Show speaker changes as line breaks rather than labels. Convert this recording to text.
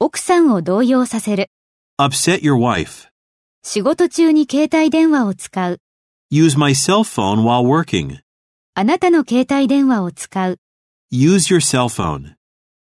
奥さんを動揺させる。
Upset your wife.
仕事中に携帯電話を使う。
Use my cell phone while working.
あなたの携帯電話を使う。
Use your cell phone.